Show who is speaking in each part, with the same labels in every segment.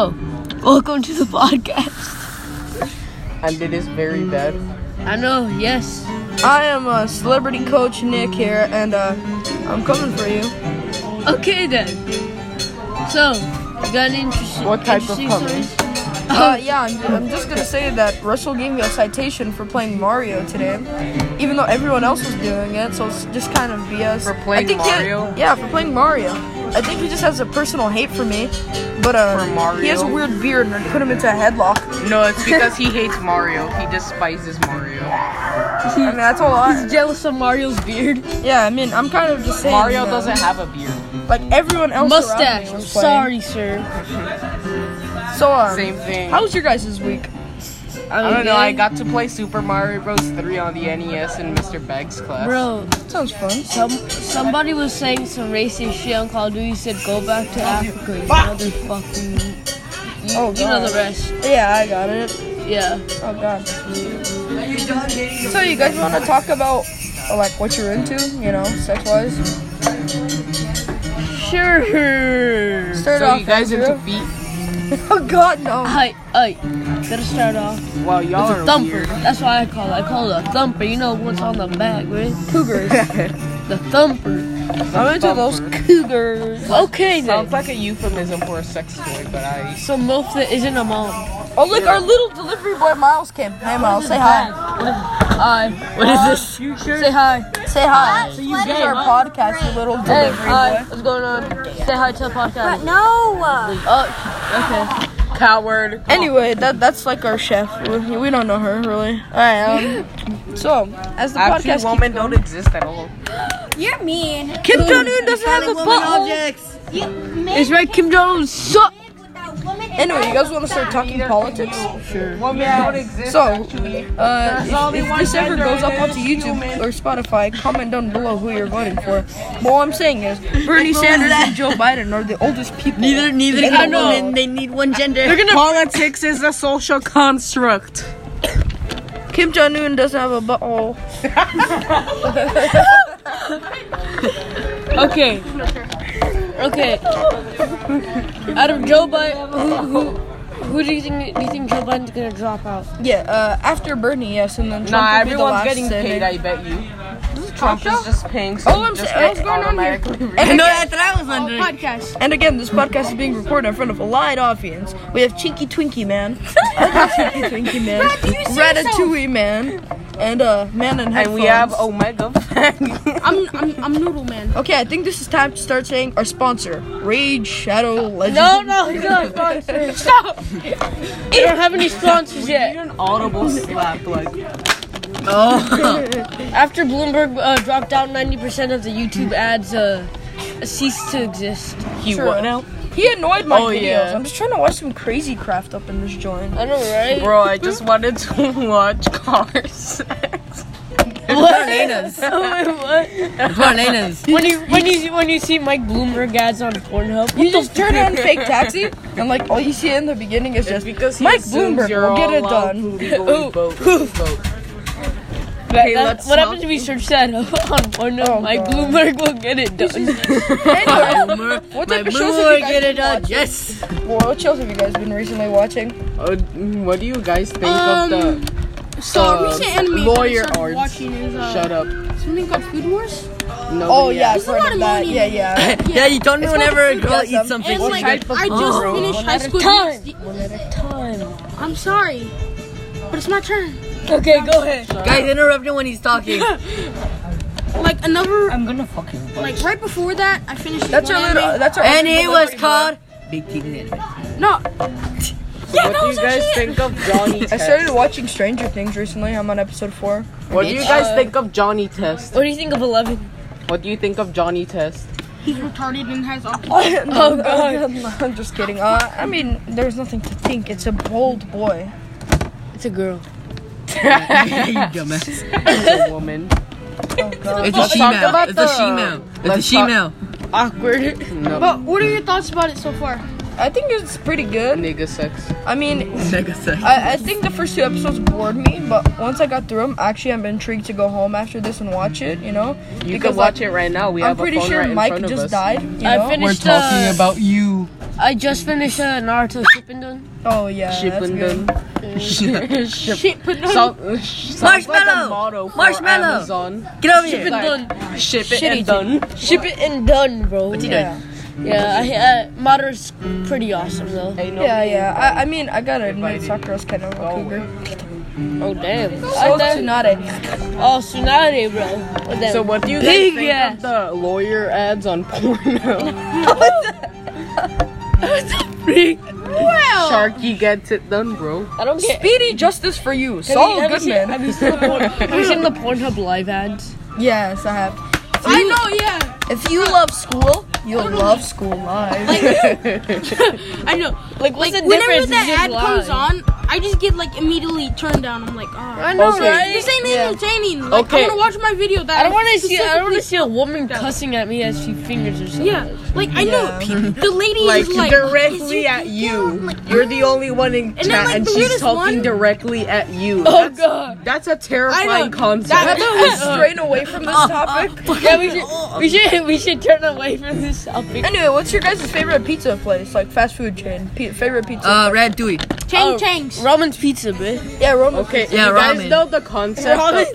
Speaker 1: Oh, Welcome to the podcast.
Speaker 2: And it is very bad.
Speaker 1: I know, yes.
Speaker 3: I am uh, celebrity coach Nick here, and uh, I'm coming for you.
Speaker 1: Okay then. So, you got any interesting,
Speaker 2: What type of
Speaker 1: interesting
Speaker 2: comment?
Speaker 1: stories?
Speaker 3: Uh, yeah, I'm, I'm just gonna say that Russell gave me a citation for playing Mario today, even though everyone else was doing it, so it's just kind of BS.
Speaker 2: For playing
Speaker 3: I think he-
Speaker 2: Mario?
Speaker 3: yeah, for playing Mario. I think he just has a personal hate for me, but uh,
Speaker 2: For Mario?
Speaker 3: he has a weird beard, and I put him into a headlock.
Speaker 2: No, it's because he hates Mario. He despises Mario.
Speaker 3: I mean, that's a lot.
Speaker 1: He's jealous of Mario's beard.
Speaker 3: Yeah, I mean, I'm kind of just saying.
Speaker 2: Mario
Speaker 3: that,
Speaker 2: doesn't have a beard.
Speaker 3: Like everyone else. around me
Speaker 1: Mustache. I'm
Speaker 3: was
Speaker 1: sorry,
Speaker 3: playing.
Speaker 1: sir.
Speaker 3: So um,
Speaker 2: Same thing.
Speaker 3: How was your guys' week?
Speaker 2: I don't know. I
Speaker 1: good.
Speaker 2: got to play Super Mario Bros. 3 on the NES in Mr. Begg's class.
Speaker 1: Bro,
Speaker 3: Sounds fun.
Speaker 1: some somebody was saying some racist shit on Call of Duty. Said go back
Speaker 2: Oh,
Speaker 1: to Africa, you motherfucking. You,
Speaker 3: Oh,
Speaker 1: you know
Speaker 3: God.
Speaker 1: the rest.
Speaker 3: Yeah, I got it.
Speaker 1: Yeah.
Speaker 3: Oh god. So you guys want to talk about uh, like what you're into, you know, sex-wise?
Speaker 1: Sure.
Speaker 3: Start
Speaker 2: So
Speaker 3: off.
Speaker 2: you guys
Speaker 3: Andrew.
Speaker 2: into feet?
Speaker 3: oh god, no.
Speaker 1: Hi, hi. Gotta start off.
Speaker 2: Well, y'all
Speaker 1: It's
Speaker 2: are
Speaker 1: a thumper.
Speaker 2: weird.
Speaker 1: That's why I call it. I call it a thumper. You know what's on the back, right? Cougars. the thumper.
Speaker 3: I'm into those
Speaker 2: Thumper.
Speaker 3: cougars.
Speaker 1: Okay then.
Speaker 2: Sounds like a euphemism for a sex toy, but I.
Speaker 1: So MILF that isn't a mom.
Speaker 3: Oh look, our little delivery boy Miles came. Hey Miles, say hi.
Speaker 1: Hi. What is this? Say hi.
Speaker 3: Say hi. So
Speaker 1: you
Speaker 3: this is
Speaker 1: gay,
Speaker 3: our
Speaker 1: huh?
Speaker 3: podcast, you little
Speaker 1: Hey,
Speaker 3: delivery
Speaker 1: hi.
Speaker 3: boy.
Speaker 1: What's going on? Say hi to the podcast.
Speaker 4: No.
Speaker 1: Oh, okay. Coward.
Speaker 3: Anyway, that that's like our chef. We, we don't know her really. All right. Um, so as the
Speaker 2: Actually,
Speaker 3: podcast
Speaker 2: women don't exist at all.
Speaker 4: You're mean.
Speaker 1: Kim Jong Un doesn't have a butthole.
Speaker 4: You
Speaker 1: It's right. Kim Jong Un sucks.
Speaker 3: Anyway, you guys want to start talking politics?
Speaker 2: Women don't exist.
Speaker 3: So,
Speaker 2: actually. There's
Speaker 3: uh,
Speaker 2: only
Speaker 3: if, if
Speaker 2: one
Speaker 3: this ever
Speaker 2: gender
Speaker 3: goes
Speaker 2: and
Speaker 3: up
Speaker 2: it
Speaker 3: onto
Speaker 2: is
Speaker 3: YouTube
Speaker 2: human.
Speaker 3: or Spotify, comment down below who you're voting for. But all I'm saying is Bernie Sanders and Joe Biden are the oldest people. Neither, neither
Speaker 1: I know. They need one gender.
Speaker 2: Politics is a social construct.
Speaker 3: Kim Jong Un doesn't have a butthole.
Speaker 1: Okay. Okay. Out of Joe Biden, who, who, who do you think? Do you think Joe Biden's gonna drop out?
Speaker 3: Yeah, uh, after Bernie, yes, and then Trump
Speaker 2: Nah,
Speaker 3: will be the
Speaker 2: everyone's
Speaker 3: last
Speaker 2: getting
Speaker 3: standing.
Speaker 2: paid, I bet you. Trump is just paying so
Speaker 3: All
Speaker 2: you
Speaker 3: Oh, I'm
Speaker 2: just
Speaker 3: saying- what's
Speaker 2: get
Speaker 3: going on here?
Speaker 2: automatically
Speaker 3: And again,
Speaker 1: Podcast.
Speaker 3: and again, this podcast is being recorded in front of a live audience. We have Chinky Twinkie Man, Chinky Twinkie Man, Ratatouille Man, and uh, Man in Headphones.
Speaker 2: And we have Omega Fang.
Speaker 1: I'm I'm I'm Noodle Man.
Speaker 3: Okay, I think this is time to start saying our sponsor, Rage Shadow Legends.
Speaker 1: No, no, he's not a sponsor. Stop! We don't have any sponsors yet.
Speaker 2: an audible slap, like.
Speaker 1: After Bloomberg uh, dropped out 90% of the YouTube ads, uh, ceased to exist.
Speaker 2: He
Speaker 3: True.
Speaker 2: won out.
Speaker 3: He annoyed my
Speaker 2: Oh,
Speaker 3: videos.
Speaker 2: yeah.
Speaker 3: I'm just trying to watch some crazy craft up in this joint.
Speaker 1: I know, right?
Speaker 2: Bro, I just wanted to watch Cars.
Speaker 1: Bananas. what? Bananas. When you when you when you see Mike Bloomberg ads on Pornhub,
Speaker 3: You just turn on fake taxi, and like all you see in the beginning is just
Speaker 2: because
Speaker 3: Mike Bloomberg will get it done.
Speaker 2: Ooh,
Speaker 1: that,
Speaker 2: hey,
Speaker 1: that-
Speaker 2: let's
Speaker 1: what
Speaker 2: not-
Speaker 1: happens if we search that up on Pornhub?
Speaker 3: Oh,
Speaker 1: Mike
Speaker 3: God.
Speaker 1: Bloomberg will get it done.
Speaker 3: Anyway, what type of shows have you guys been watching?
Speaker 1: Yes.
Speaker 3: Well, What shows have you guys been recently watching?
Speaker 2: Uh, what do you guys think
Speaker 5: Um,
Speaker 2: of the
Speaker 5: So
Speaker 2: uh,
Speaker 5: a recent anime that I
Speaker 2: lawyer
Speaker 5: started
Speaker 2: arts.
Speaker 5: watching is uh,
Speaker 2: shut up?
Speaker 5: something called Food Wars.
Speaker 2: Nobody
Speaker 3: Oh yeah, I've
Speaker 2: asked.
Speaker 3: heard
Speaker 5: lot
Speaker 3: of
Speaker 5: of
Speaker 3: that.
Speaker 5: money.
Speaker 3: Yeah, yeah.
Speaker 5: Yeah,
Speaker 6: you don't
Speaker 3: It's called know whenever a food girl eats gasm. something
Speaker 5: And like
Speaker 2: type of
Speaker 5: I just
Speaker 2: food?
Speaker 5: finished high
Speaker 1: at a
Speaker 5: school.
Speaker 1: time.
Speaker 5: next-
Speaker 1: One at a time.
Speaker 5: I'm sorry, but it's my turn.
Speaker 1: Okay, go ahead.
Speaker 6: Guys, interrupt him when he's talking.
Speaker 5: Like another,
Speaker 2: I'm gonna fucking.
Speaker 5: like right before that, I finished.
Speaker 3: That's our
Speaker 5: one
Speaker 3: little.
Speaker 5: anime.
Speaker 3: That's our.
Speaker 6: and
Speaker 3: ultimate
Speaker 6: he was
Speaker 3: liberty
Speaker 6: called Big King
Speaker 5: No,
Speaker 2: what do you guys think of Johnny Test?
Speaker 3: boy. I started watching Stranger Things recently. I'm on episode four.
Speaker 2: What do you
Speaker 3: Uh,
Speaker 2: guys think of Johnny Test?
Speaker 1: What do you think of Eleven?
Speaker 2: What do you think of Johnny Test?
Speaker 5: he's retarded and has autism.
Speaker 3: oh god. I'm just kidding. Uh, I mean, there's nothing to think. It's a bold boy.
Speaker 1: It's a girl.
Speaker 6: Dumbass.
Speaker 2: He's a woman.
Speaker 3: Oh god.
Speaker 6: It's a
Speaker 2: about
Speaker 6: she-male. It's a
Speaker 2: the-
Speaker 6: she-male. It's a
Speaker 2: Let's talk-
Speaker 6: she-male.
Speaker 2: Awkward. No.
Speaker 5: But what are your thoughts about it so far?
Speaker 3: I think it's pretty good.
Speaker 2: Nigga sex.
Speaker 3: I mean,
Speaker 6: Nigga sex.
Speaker 3: I, I think the first two episodes bored me, but once I got through them, actually, I'm intrigued to go home after this and watch it. You know,
Speaker 2: You can watch it right now. We
Speaker 3: I'm
Speaker 2: have a
Speaker 3: pretty
Speaker 2: phone
Speaker 3: sure
Speaker 2: right in
Speaker 3: Mike
Speaker 2: front of
Speaker 3: just
Speaker 2: us.
Speaker 3: died. You know?
Speaker 1: I finished. uh,
Speaker 2: about you.
Speaker 1: I just finished uh, Naruto Shippuden.
Speaker 3: Oh yeah. that's good.
Speaker 2: Shippuden. Shippuden. Some, some
Speaker 6: Marshmallow!
Speaker 2: motto for
Speaker 6: Marshmallow!
Speaker 2: Amazon.
Speaker 6: Get over here.
Speaker 1: Ship it done.
Speaker 2: Ship it
Speaker 1: Shitty
Speaker 2: and done.
Speaker 1: Ship it and done, bro.
Speaker 6: What's he
Speaker 1: yeah.
Speaker 6: doing?
Speaker 1: Yeah, I, uh, Madara's pretty awesome though.
Speaker 2: Ain't no
Speaker 3: Yeah, yeah. I, I mean, I gotta admit, Sakura's kind of a cougar.
Speaker 1: Oh damn.
Speaker 3: So
Speaker 1: So
Speaker 3: Tsunade.
Speaker 1: oh Tsunade, bro. Oh, damn.
Speaker 2: So what do you guys
Speaker 1: Big
Speaker 2: think
Speaker 1: ass.
Speaker 2: of the lawyer ads on Pornhub? Sharky gets it done, bro.
Speaker 1: I don't get.
Speaker 3: Speedy justice for you,
Speaker 1: Have you-
Speaker 3: Saul
Speaker 1: have you seen-
Speaker 3: Goodman.
Speaker 1: Have you seen the porn- have you seen the Pornhub live ads?
Speaker 3: Yes, I have.
Speaker 5: I know, yeah.
Speaker 3: If you love school, you'll love school live.
Speaker 5: I know.
Speaker 1: Like, what's the
Speaker 5: Whenever
Speaker 1: difference?
Speaker 5: that
Speaker 1: between
Speaker 5: ad comes
Speaker 1: live?
Speaker 5: on, I just get like immediately turned down. I'm like, oh.
Speaker 1: I know,
Speaker 2: Okay.
Speaker 1: right?
Speaker 5: This ain't
Speaker 3: Yeah.
Speaker 5: entertaining. Like,
Speaker 2: Okay.
Speaker 5: I want to watch my video that
Speaker 1: I don't want to see. I don't want to
Speaker 5: specifically-
Speaker 1: see a woman cussing at me as she fingers herself.
Speaker 5: Yeah, like I know the lady
Speaker 2: Like,
Speaker 5: is like "Is
Speaker 2: directly
Speaker 5: your
Speaker 2: at
Speaker 5: dick
Speaker 2: you.
Speaker 5: out?" Like,
Speaker 2: You're the only one in
Speaker 5: then,
Speaker 2: chat,
Speaker 5: like,
Speaker 2: and
Speaker 5: the
Speaker 2: she's
Speaker 5: weirdest
Speaker 2: talking
Speaker 5: one-
Speaker 2: directly at you.
Speaker 1: Oh,
Speaker 2: that's,
Speaker 1: God.
Speaker 2: That's a
Speaker 5: I know.
Speaker 2: terrifying concept.
Speaker 5: That-
Speaker 3: Straying away from this topic.
Speaker 1: Yeah, we should, we should we should turn away from this topic.
Speaker 3: Anyway, what's your guys' favorite pizza place? Like fast food chain? P- favorite pizza?
Speaker 6: Uh, Ratatouille.
Speaker 5: Chang
Speaker 1: Oh,
Speaker 5: Changs.
Speaker 1: Ramen's pizza, bitch.
Speaker 3: yeah, Roman.
Speaker 2: okay,
Speaker 6: Yeah,
Speaker 2: you guys
Speaker 6: ramen.
Speaker 2: know the concept.
Speaker 3: Ramen.
Speaker 2: Of,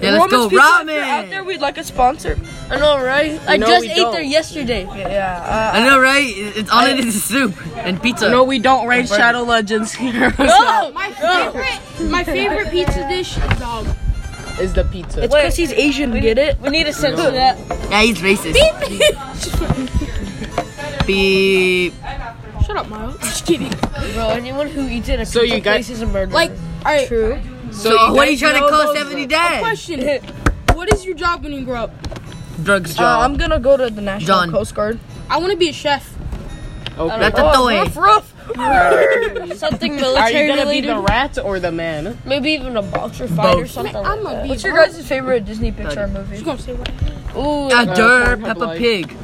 Speaker 6: Yeah, let's go.
Speaker 3: pizza, if you're
Speaker 6: Ramen.
Speaker 3: out there, we'd like a sponsor.
Speaker 1: I know, right? I
Speaker 2: No,
Speaker 1: just
Speaker 2: we
Speaker 1: ate
Speaker 2: don't.
Speaker 1: there yesterday.
Speaker 3: Yeah.
Speaker 6: I know, right? It- It's all it is is soup and pizza.
Speaker 2: no, we don't rank Shadow Legends heroes.
Speaker 1: Oh,
Speaker 5: My favorite, my favorite pizza dish is dog.
Speaker 2: Is the pizza?
Speaker 3: It's because he's Asian. Get it?
Speaker 1: we need a censor that.
Speaker 6: Yeah, he's racist. Beep.
Speaker 5: Shut up, Miles.
Speaker 1: Bro, anyone who eats it at a
Speaker 2: So
Speaker 1: pizza
Speaker 2: you got-
Speaker 1: place is a murderer.
Speaker 5: Like, all right. True.
Speaker 6: So, what are you
Speaker 2: guys
Speaker 6: trying to
Speaker 2: know
Speaker 6: call
Speaker 2: those-
Speaker 6: 70 dad?
Speaker 5: Question: What is your job when you grow up?
Speaker 6: Drugs
Speaker 3: Uh,
Speaker 6: job.
Speaker 3: I'm gonna go to the National
Speaker 6: John.
Speaker 3: Coast Guard.
Speaker 5: I want to be a chef.
Speaker 2: Okay.
Speaker 6: Ratatouille.
Speaker 3: Rough.
Speaker 1: something
Speaker 2: Are you
Speaker 1: military
Speaker 2: gonna be
Speaker 1: related.
Speaker 2: the rat or the man?
Speaker 1: Maybe even a boxer fight or
Speaker 6: Both.
Speaker 1: something.
Speaker 5: I'm gonna be.
Speaker 3: What's your guys' favorite Disney Pixar movie?
Speaker 5: You gonna say what?
Speaker 1: Ooh,
Speaker 6: Uh,
Speaker 2: Pornhub
Speaker 6: Dur, Peppa
Speaker 2: Live.
Speaker 6: Pig.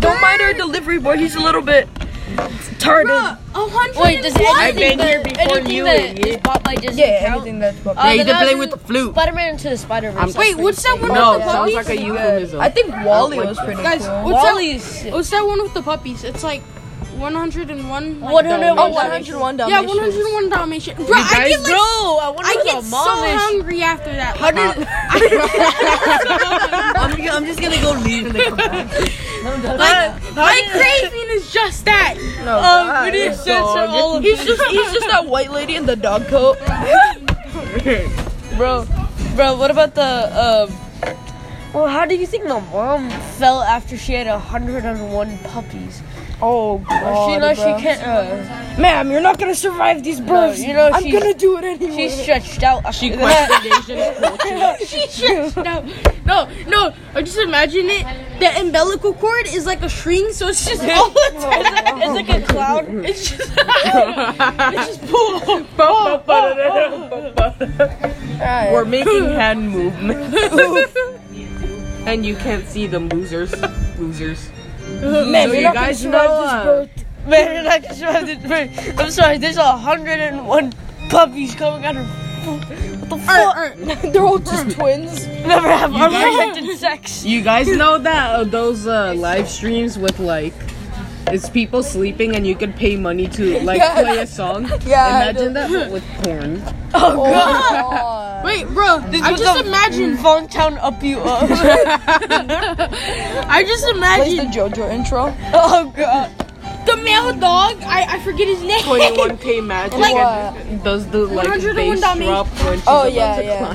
Speaker 3: Don't mind our delivery boy. He's a little bit retarded.
Speaker 5: A hundred.
Speaker 1: wait, does anything
Speaker 2: I've been
Speaker 1: that,
Speaker 2: here before
Speaker 1: anything
Speaker 2: you,
Speaker 1: that
Speaker 2: idiot.
Speaker 1: is bought by Disney
Speaker 3: Yeah,
Speaker 1: count?
Speaker 3: anything that's
Speaker 1: Uh,
Speaker 6: Yeah, you
Speaker 1: then
Speaker 6: can
Speaker 1: I
Speaker 6: play
Speaker 1: was
Speaker 6: with the
Speaker 1: in
Speaker 6: flute.
Speaker 1: Spider-Man into the Spider-Verse.
Speaker 5: Wait, what's that one
Speaker 2: No,
Speaker 5: with the
Speaker 2: sounds
Speaker 5: puppies?
Speaker 2: like a euphemism.
Speaker 3: I think Wally was pretty
Speaker 5: Guys,
Speaker 3: cool.
Speaker 5: what's that?
Speaker 1: Wally's
Speaker 5: What's that one with the puppies? It's like 101. Like,
Speaker 1: 101
Speaker 3: Oh,
Speaker 1: Dalmatians.
Speaker 3: 101
Speaker 5: yeah,
Speaker 3: Dalmatians.
Speaker 5: 101 Dalmatian. Bro, I
Speaker 2: guys
Speaker 5: get like,
Speaker 1: Bro, I wonder
Speaker 5: I
Speaker 1: what
Speaker 5: get
Speaker 1: a
Speaker 5: so
Speaker 1: mom is.
Speaker 5: hungry after that.
Speaker 6: How did- I'm, g- I'm just gonna go leave and then come back.
Speaker 5: My craving is just that.
Speaker 3: No,
Speaker 1: Um,
Speaker 3: Oh, God.
Speaker 1: we need to censor all of
Speaker 3: He's just he's just that white lady in the dog coat.
Speaker 1: Bro, bro, what about the um? Well, how do you think the mom felt after she had 101 puppies?
Speaker 3: Oh
Speaker 1: Or
Speaker 3: god.
Speaker 1: she knows
Speaker 3: bruh.
Speaker 1: she can't. Uh,
Speaker 3: Ma'am, you're not gonna survive these births.
Speaker 1: you know,
Speaker 3: I'm
Speaker 1: she's-
Speaker 3: gonna do it anyway.
Speaker 1: she's stretched out. She
Speaker 5: No, no, no. I just imagine it. The umbilical cord is like a string, so it's just all
Speaker 1: it's like a cloud.
Speaker 5: It's just.
Speaker 2: We're making hand movements. and you can't see them, losers. Losers.
Speaker 3: Ma'am,
Speaker 2: So
Speaker 3: you're
Speaker 2: you
Speaker 3: not gonna
Speaker 2: guys
Speaker 3: survive
Speaker 2: know,
Speaker 3: this
Speaker 2: uh,
Speaker 3: birth.
Speaker 1: Man, you're not gonna survive this birth. I'm sorry. There's 101 puppies coming out of. What the fuck?
Speaker 3: They're all just twins.
Speaker 1: Never have unprotected sex.
Speaker 2: You guys know that uh, those uh, live streams with like. It's people sleeping and you can pay money to like
Speaker 3: Yeah.
Speaker 2: play a song.
Speaker 3: Yeah, I
Speaker 2: Imagine that but with porn.
Speaker 5: Wait, bro. I
Speaker 1: was
Speaker 5: just
Speaker 1: a-
Speaker 5: imagine.
Speaker 1: Vaughn Town up you up.
Speaker 5: I just
Speaker 3: Plays the
Speaker 5: imagine
Speaker 3: JoJo intro.
Speaker 1: oh god.
Speaker 5: the male dog. I, I forget his name.
Speaker 2: 21k magic
Speaker 5: Like-
Speaker 2: and does the like
Speaker 5: 101
Speaker 2: bass
Speaker 5: Dalmatians.
Speaker 2: drop when she's
Speaker 3: Oh,
Speaker 2: about
Speaker 3: yeah,
Speaker 2: to
Speaker 3: yeah.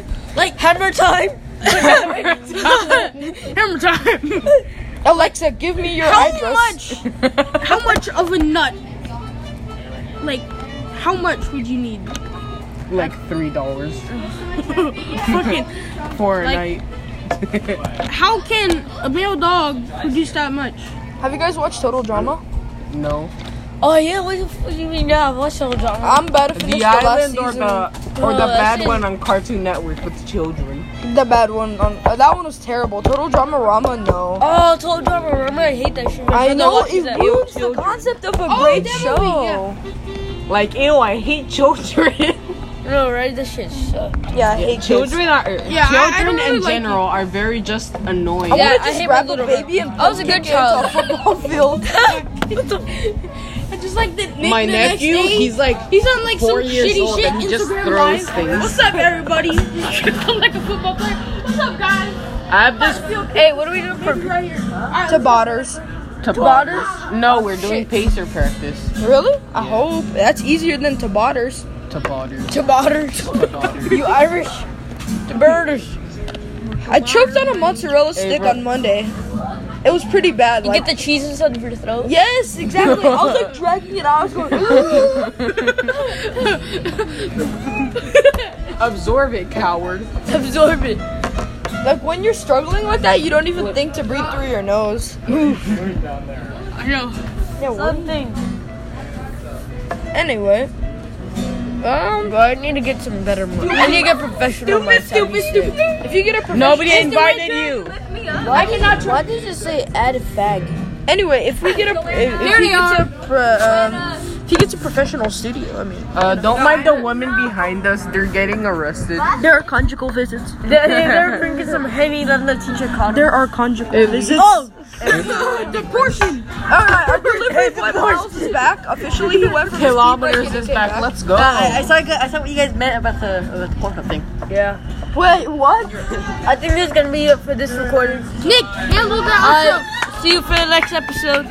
Speaker 2: climax.
Speaker 1: Hammer time.
Speaker 5: Hammer time.
Speaker 3: Alexa, give me your
Speaker 5: How
Speaker 3: address.
Speaker 5: much? How much of a nut? Like, how much would you need?
Speaker 2: Like three dollars
Speaker 5: Fucking.
Speaker 2: for a
Speaker 5: Like-
Speaker 2: night.
Speaker 5: How can a male dog produce that much?
Speaker 3: Have you guys watched Total Drama?
Speaker 2: No.
Speaker 1: Oh yeah, what the fuck do you mean? Yeah, what's all drama?
Speaker 3: I'm about to
Speaker 2: The
Speaker 3: finish the, last
Speaker 2: island or
Speaker 3: season.
Speaker 2: the or
Speaker 1: Oh,
Speaker 2: the
Speaker 1: that's
Speaker 2: bad
Speaker 1: it.
Speaker 2: one on Cartoon Network with children.
Speaker 3: The bad one. On, uh, that one was terrible. Total Drama Rama, no.
Speaker 1: Oh, total drama. Remember, I hate that shit. My
Speaker 3: I
Speaker 1: brother
Speaker 3: know
Speaker 1: watches
Speaker 3: it
Speaker 1: that.
Speaker 3: ruins the concept of a great show.
Speaker 2: Like ew, I hate children.
Speaker 1: No, right? This shit sucks.
Speaker 7: Yeah, I hate kids.
Speaker 2: Children are
Speaker 5: Yeah, I- I
Speaker 2: children
Speaker 5: don't really
Speaker 2: in
Speaker 5: like
Speaker 2: general are very just annoying.
Speaker 1: Yeah,
Speaker 7: I
Speaker 1: I
Speaker 7: just
Speaker 1: hate
Speaker 7: grab
Speaker 1: my
Speaker 7: a
Speaker 1: little
Speaker 7: baby and
Speaker 1: I was a
Speaker 7: kick it into a
Speaker 1: good child.
Speaker 7: football field.
Speaker 5: I just like the nick-
Speaker 2: My
Speaker 5: the
Speaker 2: nephew,
Speaker 5: next day,
Speaker 2: he's like
Speaker 5: he's on like some
Speaker 2: four years
Speaker 5: shitty
Speaker 2: old
Speaker 5: shit
Speaker 2: and he just
Speaker 5: Instagram
Speaker 2: throws
Speaker 5: live.
Speaker 2: things.
Speaker 5: What's up, everybody? I'm like a football player. What's up, guys?
Speaker 2: I have this
Speaker 1: Hey, what are we doing for?
Speaker 5: Right here.
Speaker 7: to botters.
Speaker 2: Tabatas? No, we're doing pacer practice.
Speaker 7: Really?
Speaker 3: I hope that's easier than Tabotters.
Speaker 2: Tabatas.
Speaker 3: Tabotters.
Speaker 2: Tabatas.
Speaker 7: You Irish.
Speaker 3: Birders. I choked on a mozzarella stick
Speaker 2: bro.
Speaker 3: on Monday. It was pretty bad.
Speaker 1: You
Speaker 3: Like,
Speaker 1: get the cheese inside of your throat.
Speaker 3: yes, exactly. I was like,
Speaker 7: dragging it out. I was going,
Speaker 2: Absorb it, coward.
Speaker 1: Absorb it.
Speaker 7: like when you're struggling with that, you don't even think to breathe through your nose.
Speaker 3: anyway. Um,
Speaker 1: Bro, I need to get some better money. I need to get professional. Stupid, stupid, stupid.
Speaker 3: if you get a professional,
Speaker 2: Nobody invited you.
Speaker 7: Why did, why did you say add a fag?
Speaker 3: anyway, if we get a, if, if he gets a, pro, um, if he gets a professional studio, I mean,
Speaker 2: Uh, don't mind the women behind us. They're getting arrested.
Speaker 3: there are conjugal visits.
Speaker 1: They're, they're drinking some heavy that the teacher caught.
Speaker 3: There are conjugal visits.
Speaker 7: Oh,
Speaker 3: All right, our delivery boy
Speaker 7: Miles
Speaker 3: is back officially. He went from
Speaker 2: Kilometers is back. Let's go.
Speaker 6: I, I saw. I saw what you guys meant about the about the Pornhub thing.
Speaker 7: wait, what?
Speaker 1: I think that's gonna be it for this recording.
Speaker 5: Nick, handle that.
Speaker 1: Uh, see you for the next episode.